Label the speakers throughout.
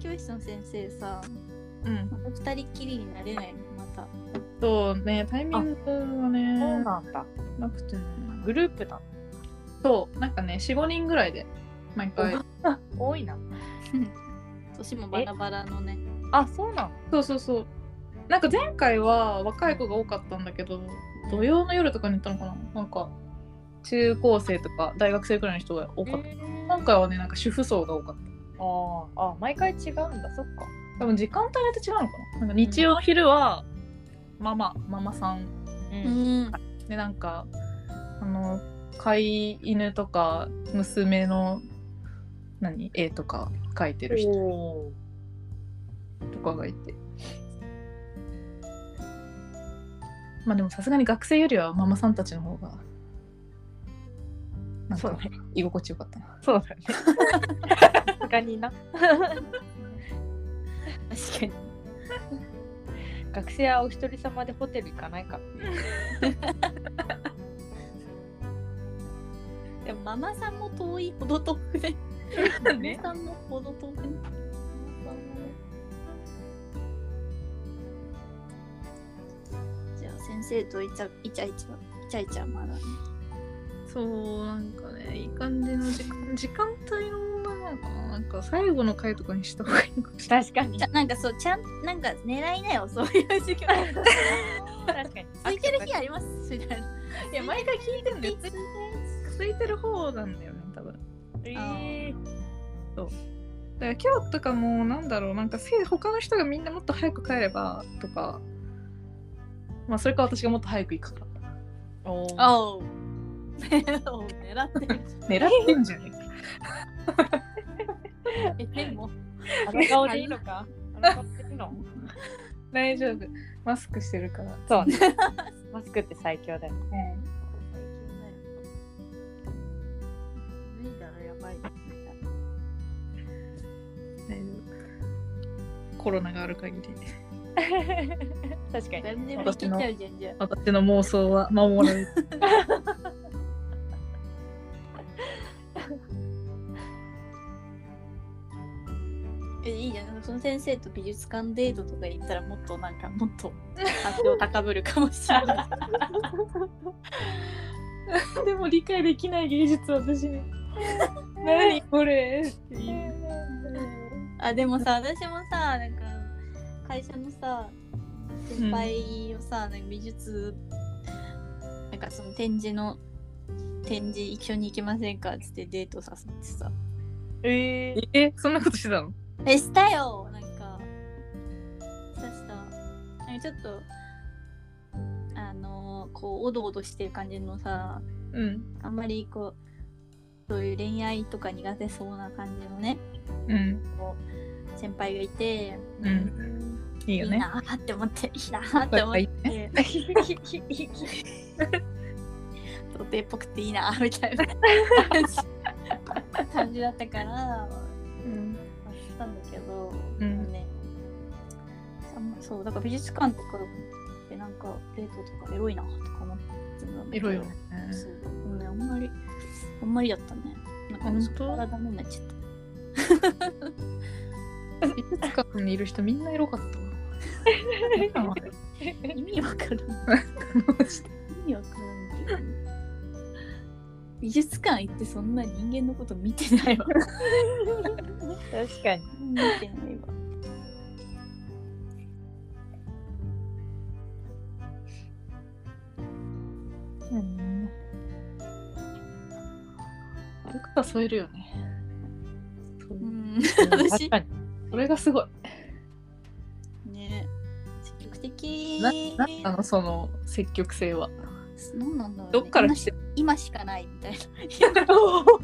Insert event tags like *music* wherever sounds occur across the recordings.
Speaker 1: 療室の先生さ
Speaker 2: うん
Speaker 1: また二人っきりになれないのまた
Speaker 2: そうねタイミングはね
Speaker 3: なんだ。
Speaker 2: なくてね
Speaker 3: グループだ。
Speaker 2: そうなんかね45人ぐらいで毎回
Speaker 3: 多いな。
Speaker 1: 年もバラバラのね
Speaker 3: あ、そうなの。
Speaker 2: そうそうそうなんか前回は若い子が多かったんだけど土曜の夜とかに行ったのかななんか中高生とか大学生くらいの人が多かった、今回はねなんか主婦層が多かった
Speaker 3: あーあ、毎回違うんだ。そっか。
Speaker 2: 多分時間帯によって違うのかななんか日曜の昼は、ママママさん
Speaker 3: う。
Speaker 1: うんん
Speaker 2: でなんかあの飼い犬とか娘の何絵とか描いてる人
Speaker 3: おー
Speaker 2: とかがいてまあでもさすがに学生よりはママさんたちの方がなん
Speaker 3: そう
Speaker 2: か
Speaker 3: ね。
Speaker 2: 居心地よかったな
Speaker 3: そうだね。さすがにな。
Speaker 1: 確かに
Speaker 3: 学生はお一人様でホテル行かないから。
Speaker 1: でもママさんも遠いほど遠くねママさんもほど遠くねママさんもねじゃあ先生とイチャイチャイチャイチャイチャまだね
Speaker 2: そうなんかねいい感じの時間時間帯の問題なのかななんか最後の回とかにした方が *laughs* いいのかしら
Speaker 3: *laughs* 確かに
Speaker 1: ち。ゃなんかそうちゃんなんか狙いなよそういう授業
Speaker 3: 確かに。
Speaker 1: 空いてる日ありますみたいない
Speaker 2: や毎回聞いてるんだよ
Speaker 1: 空いて
Speaker 2: 空いてる方なんだよね多分
Speaker 3: えー
Speaker 2: だから今日とかもなんだろうなんかせ他の人がみんなもっと早く帰ればとかまあそれか私がもっと早く行くか
Speaker 3: おー
Speaker 1: *laughs* おう *laughs* 狙ってる
Speaker 2: 狙ってんじゃね
Speaker 1: えでも *laughs*
Speaker 3: あの顔でいいのか。あの顔でいいの。
Speaker 2: 大丈夫マスクしてるから
Speaker 3: そうね。マスクって最強だよ。
Speaker 1: 脱いだらやばい
Speaker 2: 大丈夫コロナがある限り
Speaker 3: *laughs* 確かに。
Speaker 1: 何でも切っちゃうじゃんじゃあ
Speaker 2: 私の妄想は守られる
Speaker 1: えいいじゃんなんかその先生と美術館デートとか行ったらもっとなんかもっ *laughs* と味を高ぶるかもしれ *laughs* ない
Speaker 2: でも理解できない芸術私
Speaker 3: *laughs*
Speaker 2: に何これっていう
Speaker 1: あでもさ私もさなんか会社のさ先輩をさ、なんか美術なんかその展示の展示一緒に行きませんかっつってデートさせてさ
Speaker 3: えー
Speaker 2: *laughs* えそんなことしてたの
Speaker 1: えしたよなんかしたしたなんかちょっとあのこうおどおどしてる感じのさ
Speaker 2: うん
Speaker 1: あんまりこうそういう恋愛とか苦手そうな感じのね
Speaker 2: うん
Speaker 1: こう先輩がいて、
Speaker 2: うんいい
Speaker 1: い
Speaker 2: よ
Speaker 1: い
Speaker 2: ね
Speaker 1: なーって思っていいなーって思っ
Speaker 2: いい
Speaker 1: て童貞っぽくていいなーみ *laughs* たいな感じだったから
Speaker 2: うん
Speaker 1: やったんだけど、
Speaker 2: うん
Speaker 1: ねあんまそうだから美術館とかでなんかデートとかエロいなとか思ってたんだけど
Speaker 2: いろいろね
Speaker 1: そうでもねあんまりあんまりだったねなんか
Speaker 2: 本当
Speaker 1: そこからダメになっちゃった
Speaker 2: 美術館にいる人みんなエロか *laughs* ったわ今まで
Speaker 1: *laughs* 意味わからん意味わからんけど美術館行ってそんな人間のこと見てないわ
Speaker 3: 確かに。
Speaker 1: *laughs* 見てないわ
Speaker 2: うん歩くか添えるよね。そう
Speaker 1: うん
Speaker 3: 確かに。
Speaker 2: それがすごい。
Speaker 1: ね積極的
Speaker 2: ななんなのその積極性 *laughs* は。
Speaker 1: 何なんだろうね、
Speaker 2: どっから来て
Speaker 1: 今しかないみ
Speaker 2: *laughs*
Speaker 1: たいな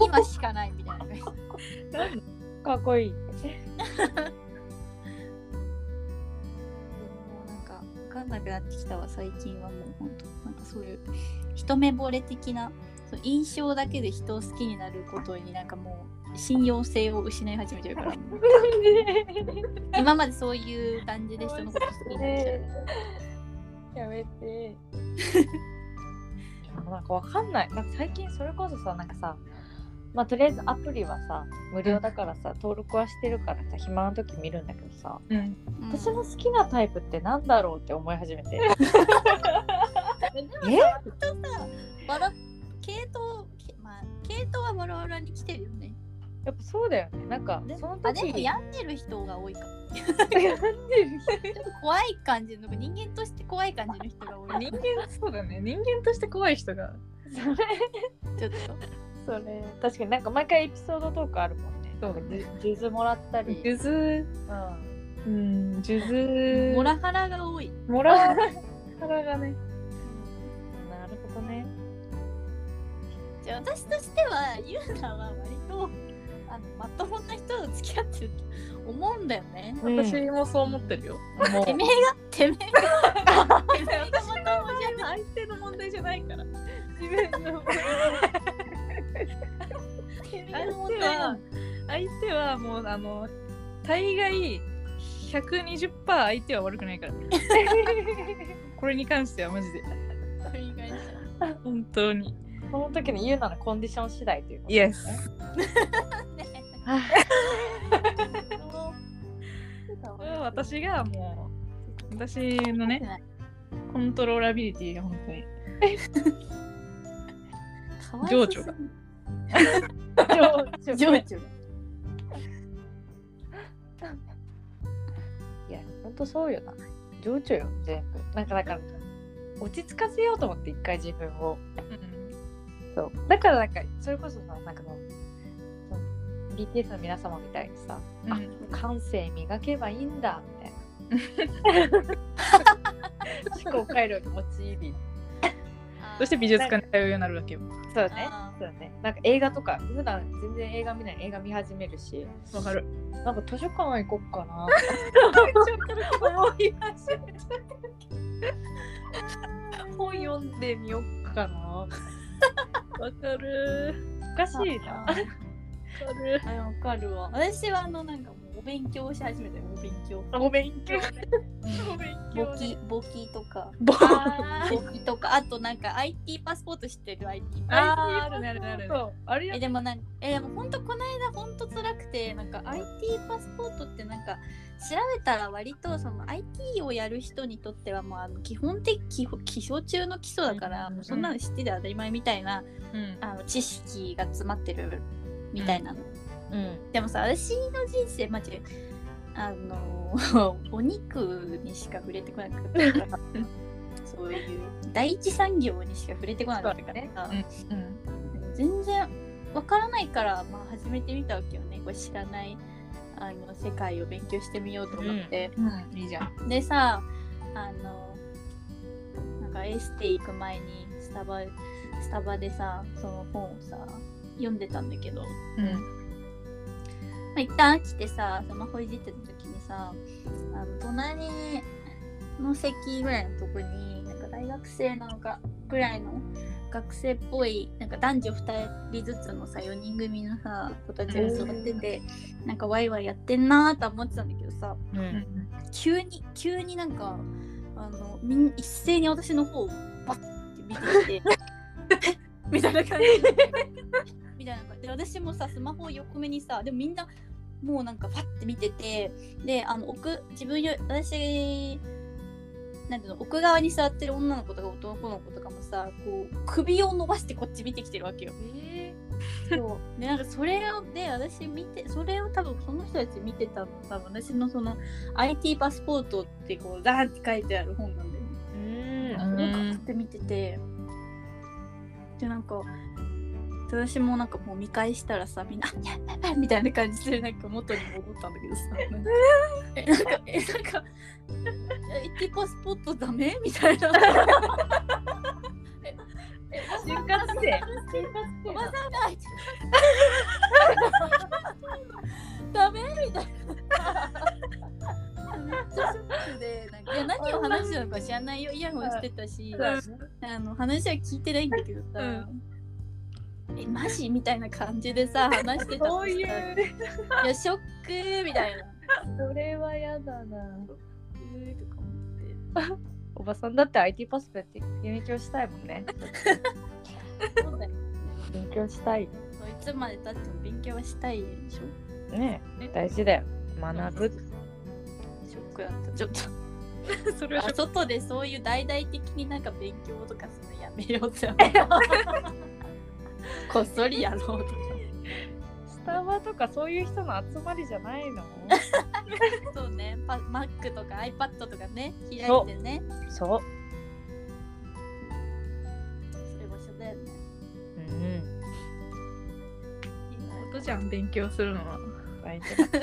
Speaker 1: 今しかないみたいな
Speaker 3: かっこいい。
Speaker 1: もうなんか分かんなくなってきたわ最近はもう本当なんかそういう一目惚れ的なそう印象だけで人を好きになることになんかもう信用性を失い始めてる
Speaker 2: *laughs*
Speaker 1: からもう今までそういう感じで人のこと好きになっちゃう
Speaker 3: やめて。なんかわかんない。なんか最近それこそさ、なんかさ、まあとりあえずアプリはさ無料だからさ登録はしてるからさ暇な時見るんだけどさ
Speaker 2: うん、
Speaker 3: 私の好きなタイプってなんだろうって思い始め *laughs* て
Speaker 1: でも
Speaker 3: え
Speaker 1: ちょっとさバラ系統けまあ系統はバラバラに来てるよね
Speaker 3: やっぱそうだよねなんか
Speaker 1: で
Speaker 3: その
Speaker 1: あで
Speaker 3: 時
Speaker 1: も
Speaker 3: に
Speaker 1: 病んでる人が多いかもちょ
Speaker 3: 病んでる
Speaker 1: っと怖い感じの人間として怖い感じの人が多い
Speaker 2: 人間そうだね人間として怖い人が
Speaker 3: 人 *laughs* それ
Speaker 1: ちょっと
Speaker 3: それ確かになんか毎回エピソードトークあるもんね
Speaker 2: そう
Speaker 3: なんかじ数珠もらったり、
Speaker 2: 数珠
Speaker 3: うん、
Speaker 2: うん数珠
Speaker 1: モラハラが多い
Speaker 2: もらうからがね
Speaker 3: なるほどね
Speaker 1: じゃあ私としてはユーナは割とあのまともな人と付き合ってると思うんだよね
Speaker 2: 私もそう思ってるよ、
Speaker 3: もう
Speaker 1: てめえがてめえがてめえがまともじゃない
Speaker 2: 相手の問題じゃないから
Speaker 3: 自分の
Speaker 1: てめえが問題なの
Speaker 2: 相手は相手はもうあの大概120%相手は悪くないからこれに関してはマジで
Speaker 1: それ以外じゃん
Speaker 2: 本当に
Speaker 3: *laughs* その時の言うならコンディション次第ということ
Speaker 2: イエスこれは私がもう私のねコントローラビリティが本当に
Speaker 1: かわいそう
Speaker 2: 情緒が
Speaker 3: *laughs* 情緒
Speaker 1: 情緒が
Speaker 3: いやほんとそうよな情緒よ全部なんかだから落ち着かせようと思って一回自分をそうだからなんかそれこそさなんかのその BTS の皆様みたいにさ
Speaker 2: うん、うん
Speaker 3: 感性磨けばいいんだ *laughs* みたいな思考回路に陥り
Speaker 2: そして美
Speaker 1: 術
Speaker 2: 術館に通うようになるわけよ
Speaker 3: そうねそうねなんか映画とか普段全然映画見ない映画見始めるし
Speaker 2: わ *laughs* かる
Speaker 3: なんか図書館行こっかな
Speaker 2: 思います
Speaker 3: *laughs* 本読んでみよっかな
Speaker 2: わかる
Speaker 3: おかしいな
Speaker 2: わかる
Speaker 1: あわかるわ私はあのなんかもうお勉強し始めたよお勉強
Speaker 3: ご勉強ご勉
Speaker 1: 簿
Speaker 3: 強
Speaker 1: 記簿記とか
Speaker 2: ボ
Speaker 3: あ
Speaker 1: *laughs* 簿記とかあとなんか IT パスポート知ってる IT
Speaker 2: あー
Speaker 3: あ
Speaker 2: あるねあるねあるね
Speaker 3: そうあれや
Speaker 1: えでもなんえでも本当この間本当辛くてなんか IT パスポートってなんか調べたら割とその IT をやる人にとってはもうあの基本的基本基礎中の基礎だから
Speaker 2: うん
Speaker 1: もうそんなの知ってて当たり前みたいな
Speaker 2: うん
Speaker 1: あの知識が詰まってるみたいなの、
Speaker 3: うん
Speaker 1: でもさ私の人生マジあの *laughs* お肉にしか触れてこなかったからそういう第一産業にしか触れてこなかったから
Speaker 3: そう
Speaker 1: さ、
Speaker 2: うん
Speaker 1: 全然わからないから、まあ、始めてみたわけよねこう知らないあの世界を勉強してみようと思って、
Speaker 2: うんいいじゃん
Speaker 1: でさあのなんかエステ行く前にスタバスタバでさその本をさ読んでたんだけど、ま
Speaker 2: うん
Speaker 1: あ、一旦飽きてさスマホいじってた時にさあの隣の席ぐらいのとこになんか大学生なのかぐらいの学生っぽいなんか男女2人ずつのさ4人組のさ子たちが座っててなんかワイワイやってんなーとは思ってたんだけどさ
Speaker 3: う
Speaker 2: うんん
Speaker 1: 急に急になんかあのみん一斉に私の方をバッて見てきて *laughs* みたいな感じでみたいな感じで私もさスマホを横目にさでもみんなもうなんかファッて見ててであの奥自分よ私なんていうの奥側に座ってる女の子とか男の子とかもさこう首を伸ばしてこっち見てきてるわけよ。そうでなんかそれをで私見てそれを多分その人たち見てたの多分私のその IT パスポートってこうザーって書いてある本なんだよね。
Speaker 3: うん
Speaker 1: なんか買って見ててでなんか私もなんかもう見返したらさみんな「やばいやばい」みたいな感じでなんか元に戻ったんだけどさなんかえなんかえなんかえ IT パスポートダメみたいな。ええ
Speaker 3: 就活生
Speaker 1: おばさんがダメみたいな。めっちゃショックでなんかいや何を話してたのか知らないよイヤホンしてたしあの話は聞いてないんだけどさ、えマジみたいな感じでさ話してたのさ
Speaker 3: そうい
Speaker 1: や
Speaker 3: う
Speaker 1: ショックみたいな
Speaker 3: それはやだな
Speaker 1: えーとか思って
Speaker 3: おばさんだって IT パスポートやって勉強したいもんね
Speaker 1: そうだよ
Speaker 3: 勉強したい
Speaker 1: そういつまでたっても勉強はしたいでしょ
Speaker 3: ね
Speaker 2: ね
Speaker 3: 大事だよ学ぶ
Speaker 1: ショックだったちょっと *laughs*
Speaker 2: それは
Speaker 1: あ外でそういう大々的になんか勉強とかするのやめようって *laughs* 思うこっそりやろうとか
Speaker 3: スタバとかそういう人の集まりじゃないの
Speaker 1: *laughs* そうねパ Mac とか iPad とかね開
Speaker 3: そ
Speaker 1: いうてね
Speaker 3: そう
Speaker 1: そういう場所だよね
Speaker 3: うん
Speaker 2: ことじゃん勉強するのは
Speaker 3: 大事だ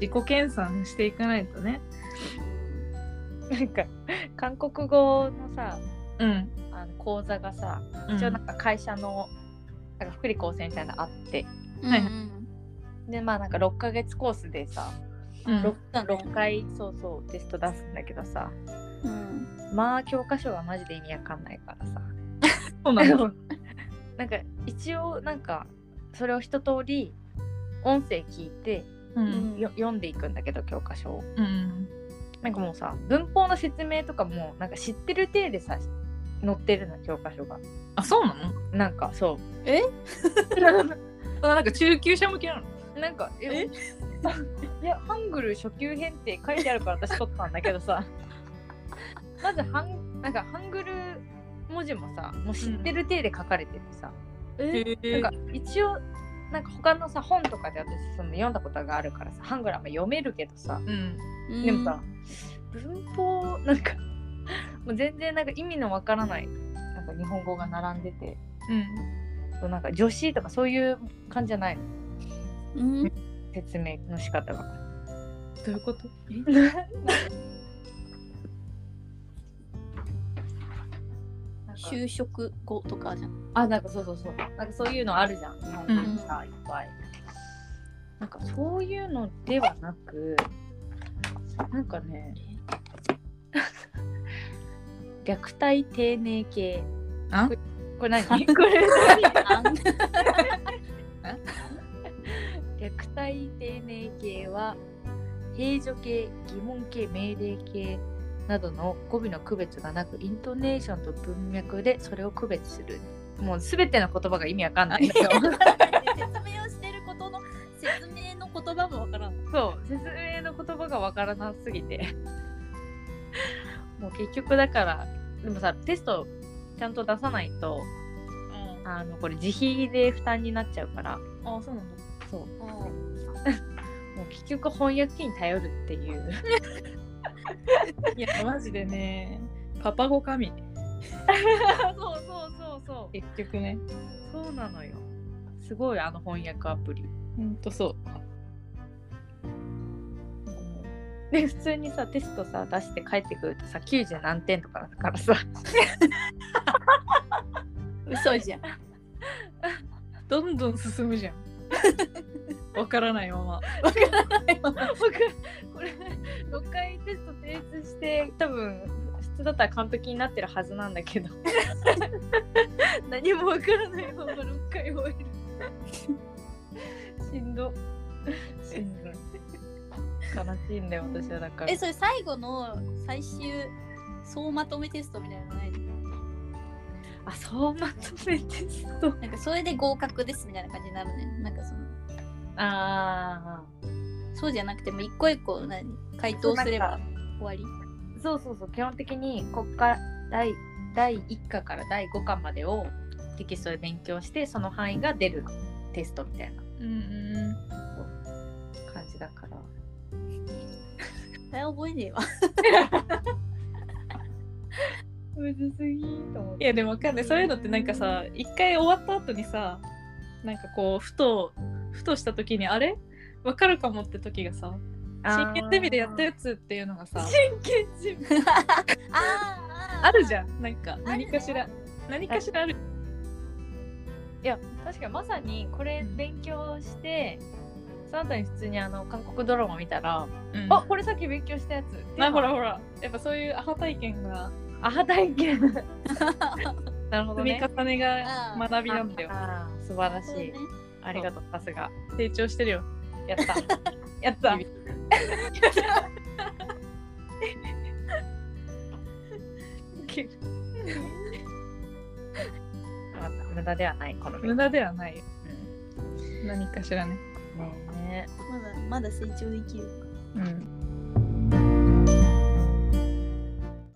Speaker 2: 自己研鑽していかないとね
Speaker 3: なんか韓国語のさ
Speaker 2: うん
Speaker 3: あの講座がさ一応なんか会社のなんか福利厚生みたいなのあって
Speaker 1: うん
Speaker 2: はい
Speaker 3: でまあなんか6ヶ月コースでさ
Speaker 2: うん
Speaker 3: 6,
Speaker 1: だね
Speaker 3: 6回そうそうテスト出すんだけどさ
Speaker 1: うん
Speaker 3: まあ教科書がマジで意味わかんないからさ
Speaker 2: そうなの
Speaker 3: *laughs* なんか一応なんかそれを一通り音声聞いて
Speaker 2: う
Speaker 1: うんん
Speaker 3: よ読んでいくんだけど教科書を
Speaker 2: うん
Speaker 3: なんかもうさ文法の説明とかもなんか知ってる体でさ載ってるの教科書が
Speaker 2: あそうなの
Speaker 3: なんかそう *laughs*
Speaker 1: え
Speaker 2: あなんか中級者向けなの
Speaker 3: なんか
Speaker 1: え
Speaker 3: え *laughs* いやハングル初級編って書いてあるから私取ったんだけどさまずハンなんかハングル文字もさもう知ってる体で書かれててさ、
Speaker 1: え
Speaker 2: へ
Speaker 3: なんか一応なんか他のさ本とかで私その読んだことがあるからさハングルあんま読めるけどさ
Speaker 2: うん
Speaker 3: でもさ、文法なんか *laughs* もう全然なんか意味のわからないなんか日本語が並んでて
Speaker 2: うん
Speaker 3: そうなんか助詞とかそういう感じじゃないの
Speaker 1: うんうん
Speaker 3: 説明の仕方が。
Speaker 2: どういうこと
Speaker 3: *laughs* なんか
Speaker 1: 就職後とかじゃん
Speaker 3: あなんかそうそうそうなんかそういうのあるじゃん日本語にさ、いっぱいなんかそういうのではなくなんかね虐待丁寧系
Speaker 2: あ
Speaker 3: これ何これ何
Speaker 1: あ *laughs* ん
Speaker 3: 虐待丁寧系は平助系疑問系命令系などの語尾の区別がなくイントネーションと文脈でそれを区別するもう全ての言葉が意味わかんないんだよ *laughs*
Speaker 1: 説明をしてることの説明の言葉もわからん
Speaker 3: そう説明の言葉がわからなすぎてもう結局だからでもさテストちゃんと出さないと
Speaker 2: うん
Speaker 3: あのこれ自費で負担になっちゃうから
Speaker 2: あそうなんだ
Speaker 3: そうもう結局翻訳機に頼るっていう
Speaker 2: いやマジでねパパ語神
Speaker 3: *laughs* そうそうそうそう
Speaker 2: 結局ね
Speaker 3: そうなのよ。すごいあの翻訳アプリ。
Speaker 2: ほんとそう
Speaker 3: で普通にさテストさ出して帰ってくるとさ90何点とかだからさ
Speaker 1: 嘘じゃん
Speaker 2: どんどん進 *laughs* むじゃんわからないまま
Speaker 3: *laughs* 僕これ6回テスト提出して多分普通だったら完璧になってるはずなんだけ *laughs* ど何もわからないまま6回終えるしんどしんどい悲しいんだよ私はだから
Speaker 1: えそれ最後の最終総まとめテストみたいなのないの
Speaker 3: あそうまとめテスト
Speaker 1: なんかそれで合格ですみたいな感じになるねなんかその
Speaker 3: ああ
Speaker 1: そうじゃなくても一個一個何回答すれば終わり
Speaker 3: そうそうそう基本的に国家第第1課から第5課までをテキストで勉強してその範囲が出るテストみたいな
Speaker 2: うん
Speaker 3: 感じだから
Speaker 1: それは覚えねえ *laughs* わ
Speaker 3: むずすぎーと思っ
Speaker 2: いやでもわかんないそういうのってなんかさ一回終わった後にさなんかこうふとふとした時にあれわかるかもって時がさ真剣ゼミでやったやつっていうのがさ
Speaker 3: 真剣ゼミ
Speaker 1: あ
Speaker 2: あ
Speaker 1: *laughs*
Speaker 2: るじゃんなんか
Speaker 1: あるね
Speaker 2: 何かしら何かしらある
Speaker 3: いや確かにまさにこれ勉強してその後に普通にあの韓国ドラマ見たら、
Speaker 2: うん
Speaker 3: あこれさっき勉強したやつ
Speaker 2: なほらほらやっぱそういうアハ体験が
Speaker 3: アハ体験 *laughs* なるほど
Speaker 2: 積み
Speaker 3: ね
Speaker 2: 重ねが
Speaker 1: あー
Speaker 2: 学びなんだよ
Speaker 3: あー素晴らし
Speaker 1: そうね
Speaker 3: いありがとうさすが
Speaker 2: 成長してるよ
Speaker 3: やった
Speaker 2: *laughs*
Speaker 3: やった無駄ではないこの勉
Speaker 2: *laughs*
Speaker 3: 強
Speaker 2: 無駄ではないよ
Speaker 3: うん
Speaker 2: 何かしらね。
Speaker 3: ねえ
Speaker 1: まだまだ成長できる
Speaker 2: うん